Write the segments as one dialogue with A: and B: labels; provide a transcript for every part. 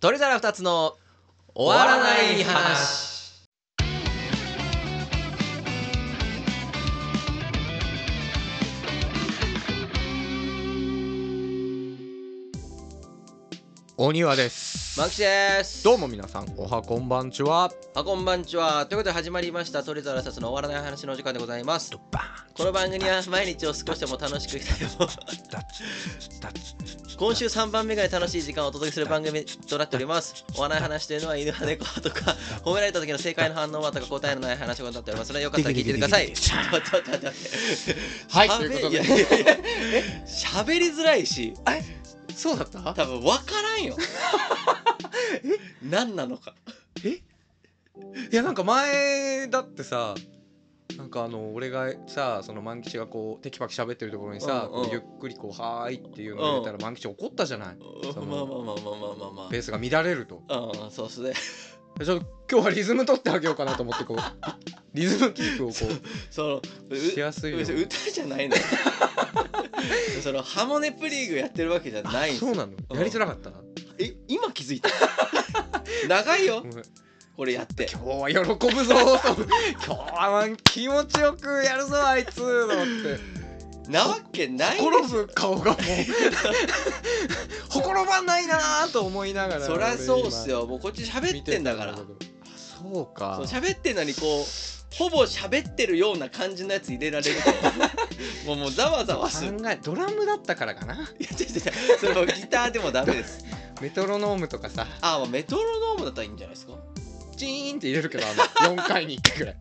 A: 鳥皿二つの終わらない話。
B: お庭です。
A: マキシです。
B: どうも皆さん、おはこんばんちは。
A: あこんばんちは。ということで始まりました鳥皿二つの終わらない話のお時間でございます。この番組は毎日を少しでも楽しく今週3番目ぐらい楽しい時間をお届けする番組となっております。お笑い話というのは犬派猫派とか褒められた時の正解の反応はとか答えのない話をなっておりますのでよかったら聞いてください。ちょっと待って待って
B: はい、
A: 喋
B: ということで
A: や、やいやえ喋りづらいし
B: そうだった
A: 多分分から んよ何なのか
B: いやなんか前だってさなんかあの俺がさその万吉がこうテキパキ喋ってるところにさ、
A: うんうん
B: こうゆっくりこう「はーい」っていうのを入れたら万吉怒ったじゃない
A: ま
B: そ
A: あ
B: の
A: まあまあまあまあまあまあ
B: ペースが乱れると
A: ああそうっすね
B: ちょっと今日はリズム取ってあげようかなと思ってこうリズムキープをこ
A: その
B: う
A: う
B: しやすいように
A: 歌じゃ ないのそのハモネプリーグやってるわけじゃないんです
B: そう
A: よ
B: なのやりづらかったな、
A: え今気づいた 長いよ
B: ごめん
A: これやって
B: 今日は喜ぶぞと今日は気持ちよくやるぞあいつと思って
A: なわけないでし
B: ほ
A: ょ
B: ころぶ顔がもうほころばないなーと思いながら
A: そりゃそうっす
B: よ
A: よもうこっち喋ってんだから
B: 見てたんだけどそう
A: そ
B: か
A: う喋ってんのにこうほぼ喋ってるような感じのやつ入れられる からもうもうざわざわする
B: 考えドラムだったからかない
A: や違う違う違うそれもギターでもダメです
B: メトロノームとかさ
A: あまあメトロノームだったらいいんじゃないですか
B: チーンって入れるけど あの4回に1回ぐらい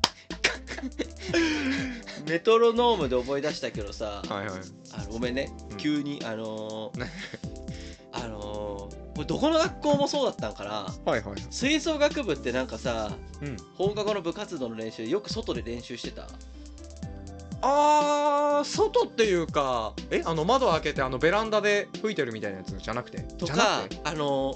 A: メトロノームで思い出したけどさ
B: はいはい
A: あのごめんね、
B: うん
A: 急にあのー
B: ね、
A: あのー、これどこの学校もそうだったんかな
B: はいはい
A: 吹奏楽部ってなんかさ
B: うん
A: 放課後の部活動の練習よく外で練習してた
B: あー外っていうかえあの窓開けてあのベランダで吹いてるみたいなやつじゃなくて
A: と
B: じゃな
A: か
B: くて
A: あの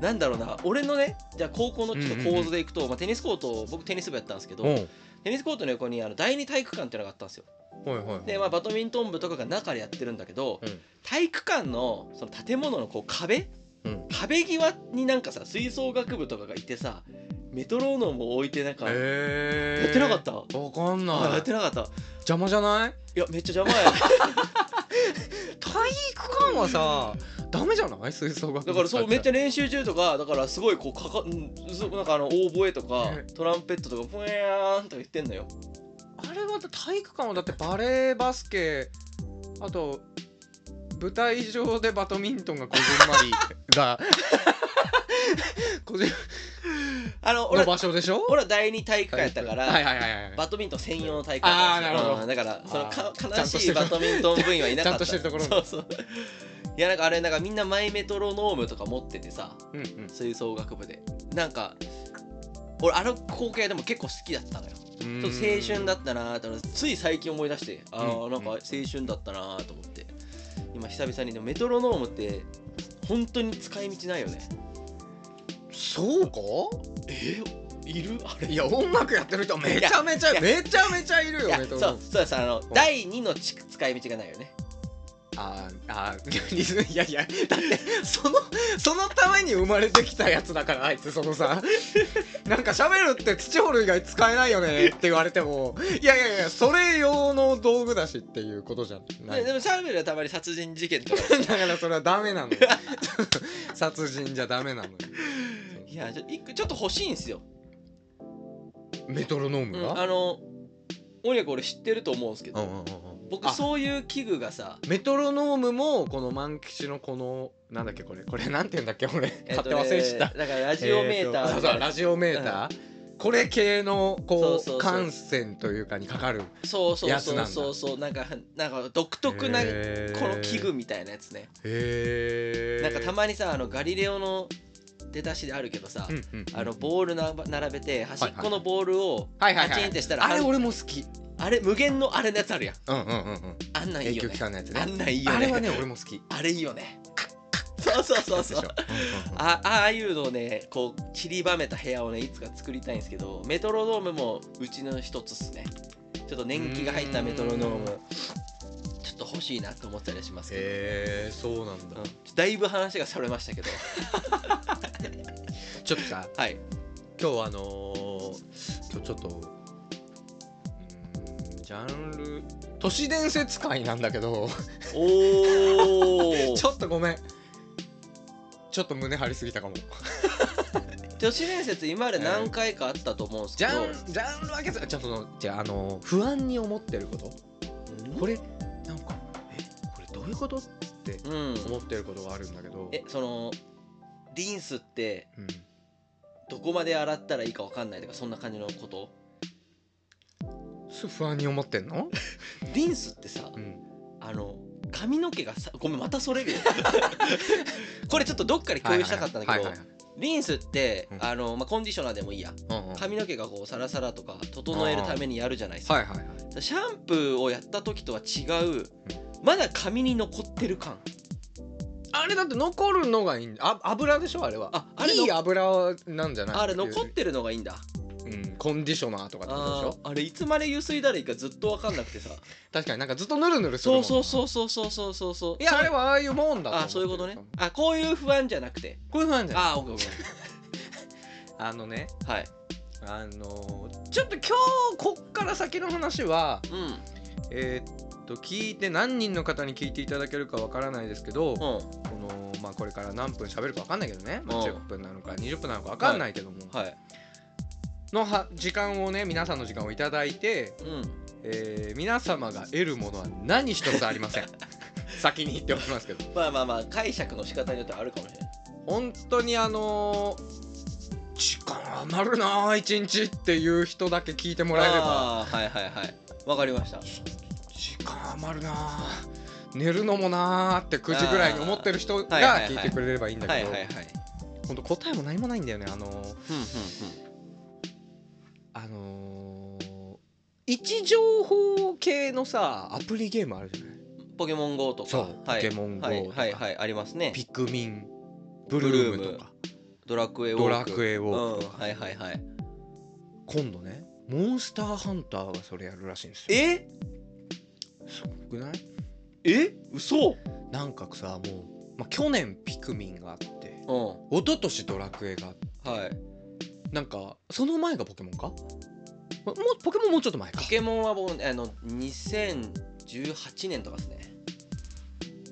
A: ー、なんだろうな俺のねじゃあ高校のちょっ
B: うん
A: と
B: うんうん
A: 構図でいくと、まあ、テニスコート僕テニス部やったんですけど、
B: うん
A: テニスコートの横にあの第二体育館っていうのがあったんですよ
B: はいはいはい
A: で、まあ、バドミントン部とかが中でやってるんだけど、
B: うん
A: 体育館のその建物のこう壁、
B: うん
A: 壁際になんかさ吹奏楽部とかがいてさメトロノームを置いてなんかや
B: えー、
A: ってなかった、
B: わかん
A: あ
B: な
A: や
B: い
A: ってなかったい
B: 邪魔じゃない
A: やめっちゃ邪魔 や
B: 体育館はさダメじゃない吹奏楽
A: だからそうめっち
B: ゃ
A: ゃ練習中とかだからすごいこうかかんそうなんかあのオーボエとか
B: ね
A: トランペットとかぽやーんとか言ってんのよ
B: あれはだ体育館はだってバレーバスケあと舞台上でバドミントンがこじんまり がこじん
A: あの俺
B: の
A: は
B: 場所でしょ
A: 俺は第二体育館やったから、
B: はいはいはいはい
A: バドミントン専用の大会なんですよ
B: あーなるほど
A: うんだからその
B: あ
A: か
B: ーちゃ
A: 悲
B: んとし
A: してい
B: る
A: バドミントン部員はいなかった
B: ちゃんとしてるところ
A: そうそういやなんかあれなんかみんなマイメトロノームとか持っててさ
B: うんうん
A: 吹奏楽部でなんか俺あの光景でも結構好きだったのよち
B: ち
A: ょっと青春だったなーって俺つい最近思い出してあ
B: う
A: ー
B: ん
A: なんか青春だったなーと思って今久々にでもメトロノームって本当に使い道ないよね
B: そうか
A: えいるあれ
B: いや音楽やってる人めちゃめち
A: いや
B: ゃめちゃめちゃいる
A: い
B: よ
A: や
B: ね
A: そう
B: と
A: そうですあの
B: ん
A: 第2のち使い道がないよね
B: あーあー リズムいやいやだってそのそのために生まれてきたやつだからあいつそ のさなんか喋るって土掘る以外使えないよねって言われてもいやいやいやそれ用の道具だしっていうことじゃな
A: ね
B: い
A: で
B: だ
A: もシャーベルはたまに殺人事件と か
B: からそれはダメなのよ 殺人じゃダメなのよ
A: いやちょ一個ちょっと欲しいんですよ、
B: メトロノーム
A: うんあ
B: が、
A: の音楽俺知ってると思うんですけ
B: うん
A: ど、
B: うんうんうん、
A: 僕
B: あ
A: そういう器具がさ
B: メトロノームもこの万吉のこのなんだっけこれこれなんて言うんだっけ俺
A: えっ
B: 勝
A: と
B: 手
A: ね
B: 忘れてた
A: だからラジオメーター
B: え
A: み
B: とそ
A: た
B: うそう
A: いな
B: ラジオメーター、これ系のこう
A: そうそうそう
B: 感染というかにかかる
A: そうそう
B: やつ
A: そ
B: な
A: うん
B: だ
A: そうそうなんかなんか独特なこ
B: へー
A: の器具みたいなやつね、
B: へー
A: なんかたまにさあのガリレオの出だしであるけどさ、
B: うんうんうん
A: あのボールな並べて端っこのボールを
B: はいは
A: パ
B: いは
A: チンっ
B: い
A: てしたら、
B: あれ俺も好き
A: あれ無限のあれのやつあるやん
B: うんうんうんうん
A: あんなんいい
B: 永
A: よ
B: 久
A: ね
B: 期間のやつ
A: あ
B: ね
A: んなんいいよね
B: あれはね俺も好き
A: あれいいよね。そうそうそうそう
B: やつでしょ。んうんうん
A: あああいうのをねこう散りばめた部屋をねいつか作りたいんですけどメトロノームもうちの一つっすねちょっと年季が入ったメトロノー
B: う
A: ム
B: ーん
A: ちょっと欲しいなと思ったりしますけど、
B: へえそうなんだ
A: うんだいぶ話がそれましたけど
B: ちょっとさ
A: はい
B: 今日あのー今日ちょっとうーんジャンル都市伝説会なんだけど
A: おお
B: ちょっとごめんちょっと胸張りすぎたかも
A: 都市伝説今まで何回かあったと思うんです
B: ジ
A: けど、
B: ャンジャンル分けずじゃあそのじゃああのー不安に思ってることこれなんかえこれどういうことって
A: うん
B: 思ってることがあるんだけど
A: えそのリンスって
B: うん
A: どこまで洗ったらいいかわかんないとかそんな感じのこと
B: す不安に思ってんの、
A: リンスってさ
B: うん、
A: あの髪の毛がさごめんまたそれるよ これちょっとどっかで共有したかったんだけど
B: はいはい
A: リンスって
B: うん
A: あの、まあ、コンディショナーでもいいや
B: はいはいうんうん
A: 髪の毛がこうサラサラとか整えるためにやるじゃないですか、
B: はいはいはい
A: シャンプーをやった時とは違うまだ髪に残ってる感
B: あれだって残るのがいいんだあ油でしょあれは
A: ああれの
B: いい油なんじゃない
A: あれ残ってるのがいいんだ
B: うん、コンディショナーとかってこと
A: あ
B: でしょ
A: ーあれいつまでゆすいだらいいかずっと分かんなくて さ
B: 確かになんかずっとヌルヌルする
A: そ
B: も
A: うんそうそうそうそうそうそうそう
B: やあれ
A: は
B: はああいうもんだと思って
A: あ
B: る
A: そういうことねあこういう不安じゃなくて
B: こういうふうなんじゃない
A: あーオッケーオッケ
B: あのね
A: ーはい
B: あのーちょっと今日こっから先の話は
A: うん
B: えーっと聞いて何人の方に聞いていただけるかわからないですけど、こ
A: うん
B: のまあ、これから何分喋るかわかんないけどね、まあ
A: うん
B: 10分なのか20分なのかわかんないけども、
A: はい
B: のは時間をね皆さんの時間をいただいて、
A: うん
B: えー皆様が得るものは何一つありません 先に言っておきますけど
A: まあまあまあ解釈の仕方によってはあるかもしれない
B: 本当にあのー時間余るなあ一日っていう人だけ聞いてもらえれば
A: あーはいはいはいわかりました
B: 時間余るなあ寝るのもなあって9時ぐらいに思ってる人
A: あーはいはい
B: が
A: はい
B: 聞いてくれればいいんだ
A: はい
B: け
A: はいはい
B: ど本当答えも何もないんだよねあのー
A: うんうん
B: あのー位置情報系のさアプリゲームあるじゃない
A: うんポケモン GO とか
B: そう
A: はい
B: ポケモン GO
A: はい
B: とか
A: はいはいありますね
B: ピクミンブルームとか
A: ドラクエウォー
B: ド
A: ク
B: ラクエウォー
A: う
B: クと
A: ん
B: か、
A: はいはいはい
B: 今度ねモンスターハンターがそれやるらしいんですよ
A: え
B: すごくない
A: え嘘
B: なんかさもう、まあ、去年ピクミンがあって
A: うん
B: 一昨年ドラクエがあって
A: はい
B: なんかその前がポケモンかもうポケモンもうちょっと前か
A: ポケモンはもうあの2018年とかですね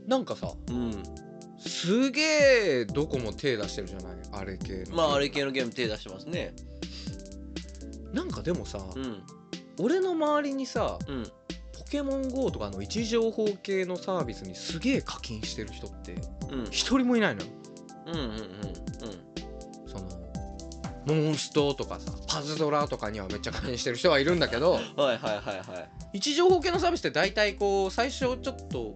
B: なんかさ
A: うん
B: すげえどこも手出してるじゃないあれ系の
A: まああれ系のゲーム手出してますね
B: なんかでもさ、
A: うん
B: 俺の周りにさ
A: うん
B: ポケモン GO とかの位置情報系のサービスにすげえ課金してる人って
A: うん
B: 一人もいないのよ
A: うんうんうん
B: そのモンストとかさパズドラとかにはめっちゃ課金してる人はいるんだ けど
A: うんはいはいはいはい
B: 位置情報系のサービスって大体こう最初ちょっと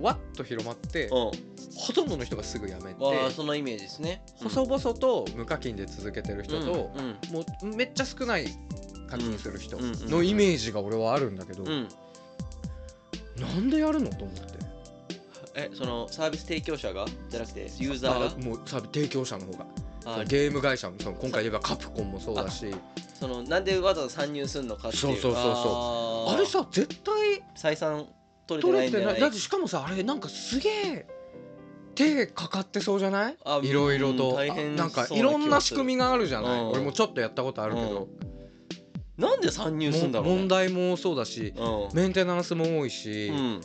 B: わっと広まって
A: う
B: ほとんどの人がすぐやめ
A: ん
B: て
A: わあそのイメージですね
B: 細々と無課金で続けてる人と
A: うんうん
B: もうめっちゃ少ない課金する人
A: うんうんうん
B: のイメージが俺はあるんだけど
A: うん
B: なんでやるのと思って
A: えそのサービス提供者がじゃなくてユーザー
B: あ
A: が
B: もうサービス提供者の方が
A: あ
B: ゲーム会社もその今回で言えばカプコンもそうだし
A: そのなんでわざわざ参入するのかっていう
B: そうそうそうそう
A: あー
B: あれさ絶対
A: 採算取れて
B: 取
A: な
B: れ
A: いんじ
B: て
A: ゃ
B: な
A: ないい
B: だってしかもさあれなんかすげえ手かかってそうじゃない
A: あ
B: いろいろ
A: うん
B: と
A: 大変
B: あなんか
A: そう
B: い
A: な気はする
B: ろんな仕組みがあるじゃない
A: うん
B: 俺もちょっとやったことあるけど
A: なんで参入するんだ
B: も
A: ろう、ね、
B: 問題もそうだし
A: う
B: メンテナンスも多いし
A: ん、うん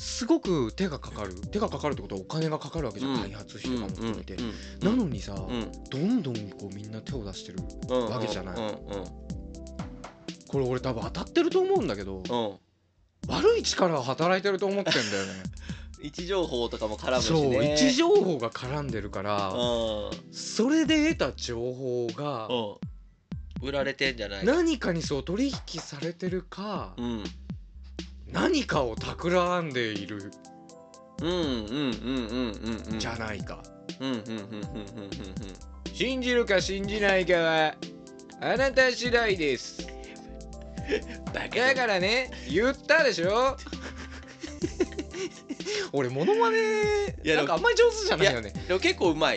B: すごく手がかかる手がかかるってことはお金がかかるわけじゃ
A: うん
B: ん開発費とかも含めて
A: う
B: なんのにさ
A: うん
B: どんどんこうみんな手を出してる
A: うん
B: わけじゃない
A: うんうん
B: これ俺多分当たってると思うんだけど
A: うんうん
B: 悪い力は働いてると思ってんだよね
A: 位置情報とかも絡むし
B: そう
A: ね
B: 位置情報が絡んでるから
A: 報
B: それで得た情報が
A: うん売られてんじゃない
B: 何かにそう取引されてるか
A: うん
B: 何かを企んでいる
A: うんうんうんうんうんうん
B: じゃないか
A: うんうんうんうんうんうんうん
B: 信じるか信じないかはあなた次第です
A: だ
B: だからね言ったでしょ 俺モノマネ
A: いや
B: なんかあんまり上手じゃないよね
A: でも結構うまい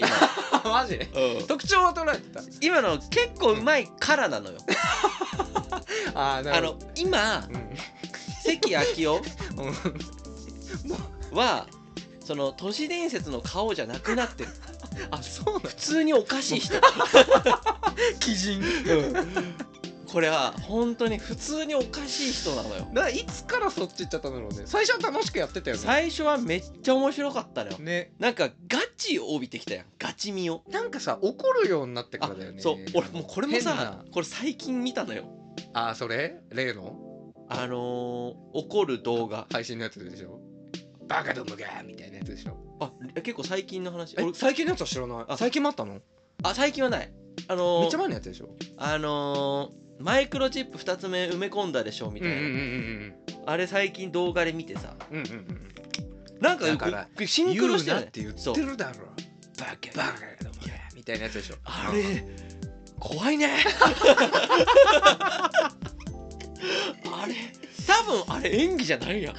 A: 今
B: マジで
A: うん
B: 特徴は捉えてた
A: 今の結構うまいからなのよ
B: あーな
A: あ
B: るほ
A: の今
B: どうん
A: 関昭夫
B: うん
A: はその都市伝説の顔じゃなくなってる
B: あそうなの
A: 普通におかしい人、
B: 鬼人
A: これは本当に普通におかしい人なのよ
B: だいつからそっち行っちゃったんだろうね最初は楽しくやってたよね
A: 最初はめっちゃ面白かったのよ
B: ね
A: なんかガチを帯びてきたやんガチみを
B: なんかさ怒るようになってか
A: あ
B: らだよね
A: そう俺もうこれも
B: 変
A: さ
B: な
A: これ最近見たのよ
B: あそれ例の
A: あのー、怒る動画
B: 配信のやつでしょバカどもがみたいなやつでしょ
A: あ結構最近の話
B: え
A: 俺
B: 最近のやつは知らない
A: あ
B: 最近もあったの
A: あ最近はないあの
B: め
A: ー
B: っちゃ前のやつでしょ
A: あのーマイクロチップ2つ目埋め込んだでしょみたいな、あれ最近動画で見てさ
B: うんうんうんうん
A: なんか
B: だから
A: ぐシンクロして
B: 言う
A: な
B: ないって言っ
A: そう
B: てるだろバカバカどもがみたいなやつでしょ
A: あれ怖いねあれ多分あれ演技じゃないやん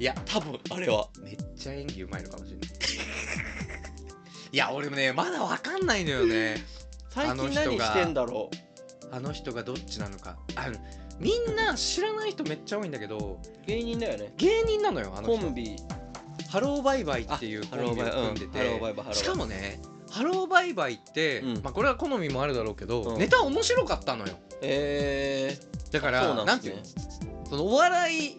B: いや
A: 多分あれは
B: めっちゃ演技うまいのかもし れないいや俺もねまだわかんないのよね
A: 最
B: あの
A: 近
B: 人が
A: 何してんだろ
B: あの人がどっちなのかあのみんな知らない人めっちゃ多いんだけど
A: う芸人だよね
B: 芸人なのよあの
A: コ
B: 人
A: ンビ
B: ハローバイバイっていう
A: あ
B: コンビを組んでて、
A: ハローバイバイうんハローバイバイハローバイ
B: しかもねハローバイバイって、
A: うん
B: まあ、これは好みもあるだろうけど、
A: うん
B: ネタ面白かったのよ
A: え
B: だか
A: ー、
B: ら
A: そうなん
B: て
A: で
B: いうの
A: す
B: そのお笑い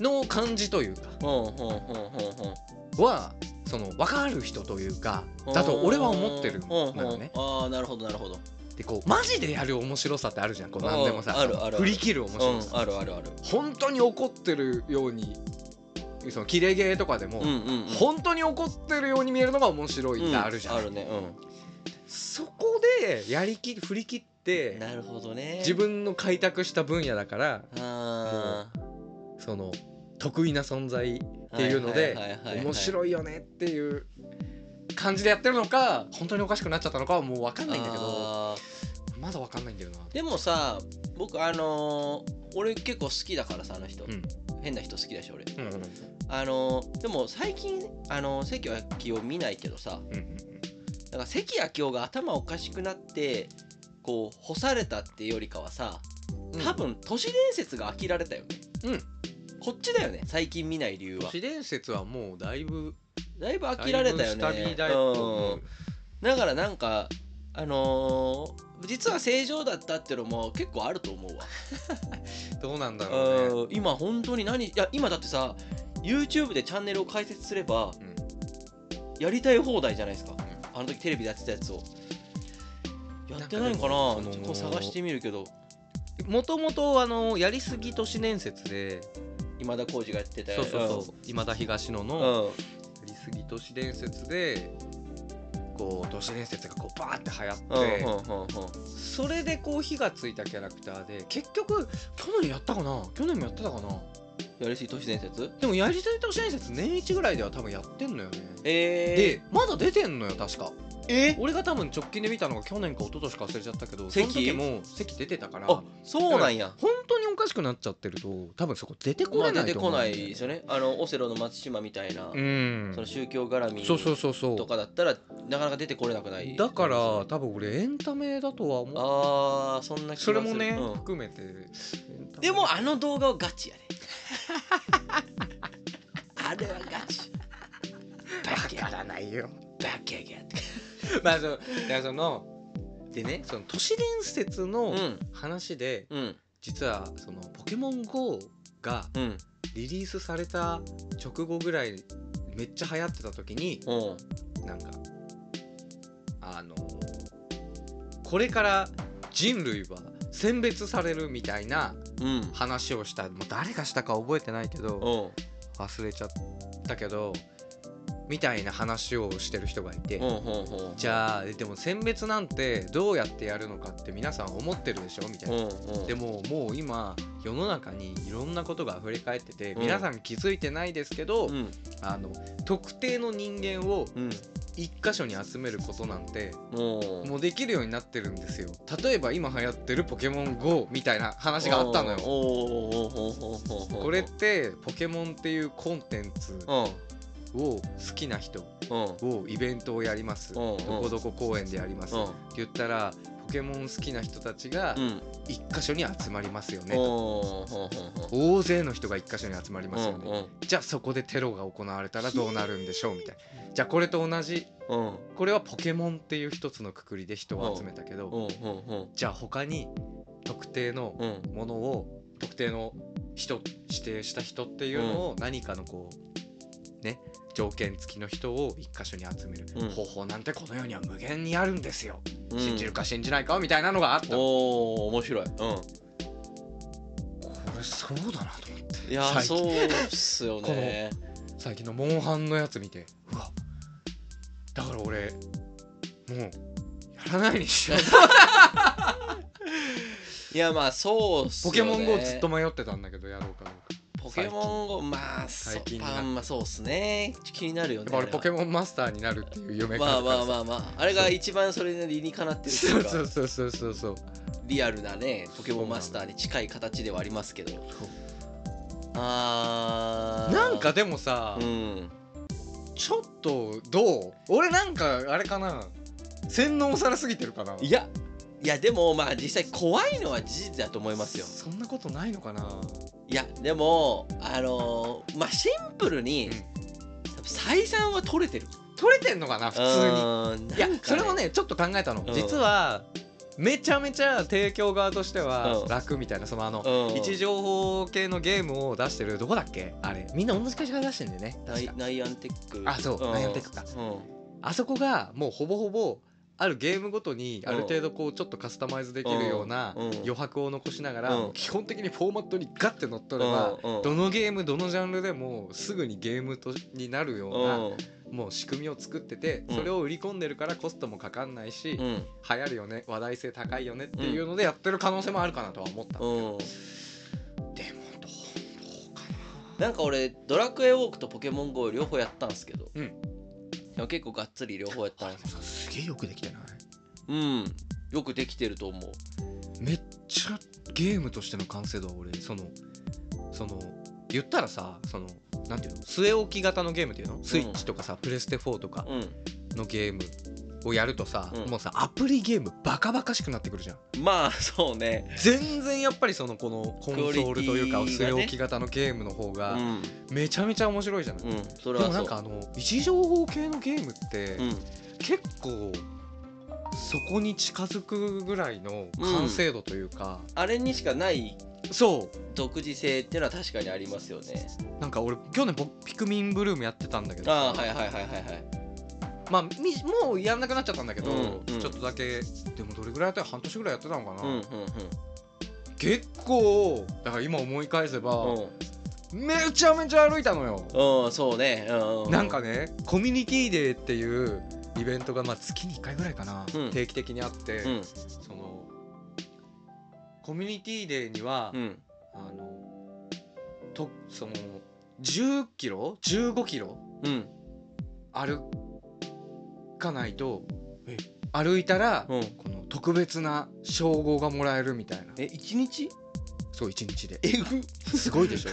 B: の感じというか
A: ねほんほんほんほんほん
B: はその分かる人というかだと俺は思ってるのよね
A: ほんほんああなるほどなるほど
B: でこうマジでやる面白さってあるじゃんこう何でもさ
A: うんあるあるある
B: 振り切る面白
A: うん
B: さ、
A: あるあるある
B: 本当に怒ってるようにその切れ毛とかでも、
A: うんうんうん
B: 本当に怒ってるように見えるのが面白いってあるじゃん、
A: うあるね
B: そこでやりき振り切っ
A: うん
B: て
A: なるほどね
B: 自分の開拓した分野だから
A: あ
B: その得意な存在
A: ー
B: っていうので
A: はははは
B: 面
A: い
B: 白いよねっていう感じでやってるのか本当におかしくなっちゃったのかはもう分かんないんだけど
A: あ
B: まだ分かんないんだよな
A: ーでもさ僕あのー俺結構好きだからさあの人、
B: うん
A: 変な人好きだし俺
B: うんうん
A: あのーでも最近あのー関明夫見ないけどさ
B: うんうん
A: なんか関明夫が頭おかしくなってこう干されたっていうよりかはさ
B: うん
A: 多分都市伝説が飽きられたよね
B: うん
A: こっちだよね最近見ない理由
B: 都
A: は
B: 市伝説はもうだいぶ
A: だいぶ飽きられたよね
B: だいぶ下火だよ
A: うんだからなんかあのー実は正常だったってのも結構あると思うわ、
B: どうなんだろうね
A: うん今本当に何いや今だってさ YouTube でチャンネルを開設すれば
B: うん
A: やりたい放題じゃないですかあの時テレビでやってたやつをやってないんかな
B: なんかでも
A: ちょっ
B: その
A: と探してみるけど
B: もともとあのやりすぎ都市伝説で
A: 今田耕司がやってた
B: そうそうそう今田東野
A: う
B: の
A: ん、うん
B: やりすぎ都市伝説でこう都市伝説がこうバーって流
A: うんうん
B: 行って、
A: うんうん
B: それでこう火がついたキャラクターで結局去年やったかな去年もやってたかな
A: やりすぎ都市伝説
B: でもやりすぎ都市伝説年一ぐらいでは多分やってんのよね
A: え
B: でまだ出てんのよ確か
A: ー、え
B: 俺が多分直近で見たのが去年か一昨年か忘れちゃったけどその
A: 関
B: 時も席出てたから
A: あ
B: 本
A: そうなんや
B: 当におかしくなっちゃってると多分そこ出てこ
A: ま
B: れ
A: あ
B: な
A: 出て
B: いと思
A: こ
B: う
A: なん
B: だよね、
A: いですよねあのオセロの松島みたいな、
B: うん
A: その宗教絡み
B: そうそうそうそう
A: とかだったらなかなか出てこれなくない
B: だから多分俺エンタメだとは思う
A: あーそんな気がす
B: そ
A: る
B: れもね、
A: うん
B: 含めて
A: でもあ の動画はガチやねあれはガチ
B: 分からないよ
A: バキャギャって
B: まあそのいやその
A: でね
B: その都市伝説
A: う
B: の
A: ん
B: 話で、
A: うん
B: 実はそのポケモン GO が
A: うん
B: リリースされた直後ぐらいめっちゃ流行ってた時に
A: うん
B: なんかあのこれから人類は選別されるみたいな
A: うん
B: 話をしたもう誰がしたか覚えてないけど
A: うん
B: 忘れちゃったけどみたいな話をしてる人がいて
A: うんうんうん
B: じゃあでも選別なんてどうやってやるのかって皆さん思ってるでしょみたいな
A: うんうん
B: でももう今世の中にいろんなことが溢れ返ってて、
A: うん
B: 皆さん気づいてないですけど、
A: うん
B: あの特定の人間を
A: うん
B: 一箇所に集めることなんて
A: もう
B: もうできるようになってるんですよ例えば今流行ってる「ポケモン GO」みたいな話があったの
A: お
B: よ
A: ーおーおーおーおーおーおー
B: これってポケモンっていうコンテンツ
A: うん
B: を好きな人
A: うん
B: をイベントをやります
A: うんう
B: ど
A: ん
B: こどこ公園でやりますって
A: う
B: 言ったらポケモン好きな人たちが
A: んうん
B: 一箇所に集まりますよねと
A: おーほんほんほん
B: 大勢の人が一箇所に集まりますよ
A: う
B: ねじゃあそこでテロが行われたらどうなるんでしょうみたいなじゃあこれと同じ
A: んうんうん
B: これはポケモンっていう一つのくくりで人を集めたけど
A: うんうんうん
B: じゃあ他に特定の
A: うん
B: ものを特定の人指定した人っていうのを何かのこうね条件付きの人を一箇所に集める
A: うん
B: 方法なんてこの世には無限にあるんですよ、
A: うん
B: 信じるか信じないかみたいなのがあったこ
A: おお面白いうん
B: れそうだなと思って
A: いやー
B: 最近
A: そうっすよね
B: 最近のモンハンのやつ見てうわだから俺もうやらないにしよう
A: いやまあ そうっす
B: ポ
A: よ
B: ケ
A: ね
B: モン GO ずっと迷ってたんだけどやろうかどうか
A: ポケモン GO まあそ
B: 最近になって
A: パンまあそうっすね気になるよ
B: やっ
A: ね
B: ぱ俺ポケ
A: モ
B: モンマスターになるっていう夢から
A: まあまあ
B: あ
A: まあまああれが一番それなりにかなってるとい
B: そうう
A: か
B: そうそうそうそうそう
A: リアルなねポケモンマスターに近い形ではありますけどあー
B: なんかでもさ、
A: うん
B: ちょっとどう俺なんかあれかな洗脳されすぎてるかない
A: やいやでもまあ実際怖いのは事実だと思いますよ
B: そんなことないのかない
A: やでもあのーまあシンプルに、
B: うん
A: 採算は取れてる
B: 取れてんのかな普通
A: 通に
B: にいやそれもねちょっと考えたの、
A: うん
B: 実はめちゃめちゃ提供側としては
A: うん
B: 楽みたいなそのあの、
A: うん
B: 位置情報系のゲームを出してるどこだっけあれみんな同じ会社から出してんだよね
A: ナ
B: 確
A: イ
B: か
A: ナイアンテック
B: あそうんナイアンテックか
A: うん
B: あそこがもうほぼほぼあるゲームごとにある程度こうちょっとカスタマイズできるような
A: うんうん
B: 余白を残しながら
A: うん
B: 基本的にフォーマットにガッて乗っ取れば
A: うんうん
B: どのゲームどのジャンルでもすぐにゲームとになるような
A: う
B: もう仕組みを作ってて
A: うん
B: それを売り込んでるからコストもかかんないし
A: ん
B: 流行るよね話題性高いよねっていうのでやってる可能性もあるかなとは思った
A: う
B: の
A: んうん
B: でもどうどうか
A: なんか俺ドラクエウォークとポケモン GO 両方やったんですけど、
B: うん
A: でも結構がっつり両方やったん
B: な
A: です
B: さすげえよくできてない
A: うんよくできてると思う
B: めっちゃゲームとしての完成度は俺そのその言ったらさそのなんていうの据え置き型のゲームっていうのスイッチとかさ、プレステ4とか
A: う
B: のゲームをやるとさ、
A: うん
B: もうさアプリゲームバカバカしくなってくるじゃん
A: んまあそうね
B: 全然やっぱりそのこのコンソールというか
A: クオリティが
B: 据
A: ね
B: え置き型のゲームの方
A: う
B: が
A: ん
B: めちゃめちゃ面白いじゃない、
A: うんそれ
B: で
A: は
B: もな
A: そ
B: ん
A: う
B: かあの位置情報系のゲームって、
A: うん
B: 結構そこに近づくぐらいの完成度というか、
A: あれにしかない
B: そう
A: 独自性っていうのは確かにありますよね
B: なんか俺去年ぼピクミンブルームやってたんだけど
A: ああ
B: さ
A: はいはいはいはいはい
B: まあ、みもうやんなくなっちゃったんだけど、
A: うんうん
B: ちょっとだけでもどれぐらいやったら半年ぐらいやってたのか
A: う
B: な、
A: んうん
B: 結構だから今思い返せば、
A: うん
B: めちゃめちゃ歩いたのよ、
A: うんうんそうねうんう
B: なんかねコミュニティデーっていうイベントが、まあ、月に1回ぐらいかな、
A: うん
B: 定期的にあって、
A: うん
B: そのコミュニティデーには、
A: うん
B: あのとその10キロ15キロ
A: うん
B: 歩かないと歩いたら、
A: うん
B: この特別な称号がもらえるみたいな
A: え一日
B: そう一日で
A: えぐ
B: すごい でしょ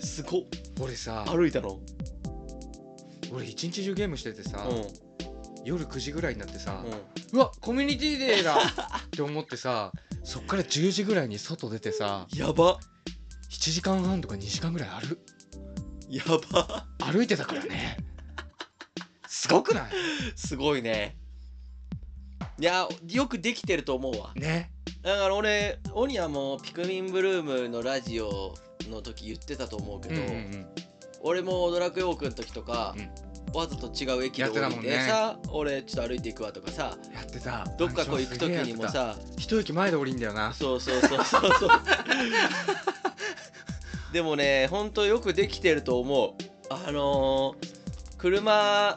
A: すごっ
B: 俺さ
A: 歩いたの
B: 俺一日中ゲームしててさ、
A: うん
B: 夜9時ぐらいになってさ、
A: うん
B: うわコミュニティデーだって思ってさそっから10時ぐらいに外出てさ
A: やば
B: 7時間半とか2時間ぐらい歩
A: やば
B: 歩いてたからね すごくな
A: すごいねいやよくできてると思うわ
B: いね
A: だから俺オニアもピクミンブルームのラジオの時言ってたと思うけ
B: うん
A: ど、
B: うんうん
A: 俺もドラクエウォークの時とか、わざと違う駅で
B: やってた
A: 降り
B: もん
A: て
B: ね
A: さ俺ちょっと歩いていくわとかさ
B: やってた
A: どっかこう行く時にも
B: あ
A: さ
B: の人すげえやってた一駅前で降りんだよな
A: そうそうそうそうそう でもねほんとよくできてると思うあのー車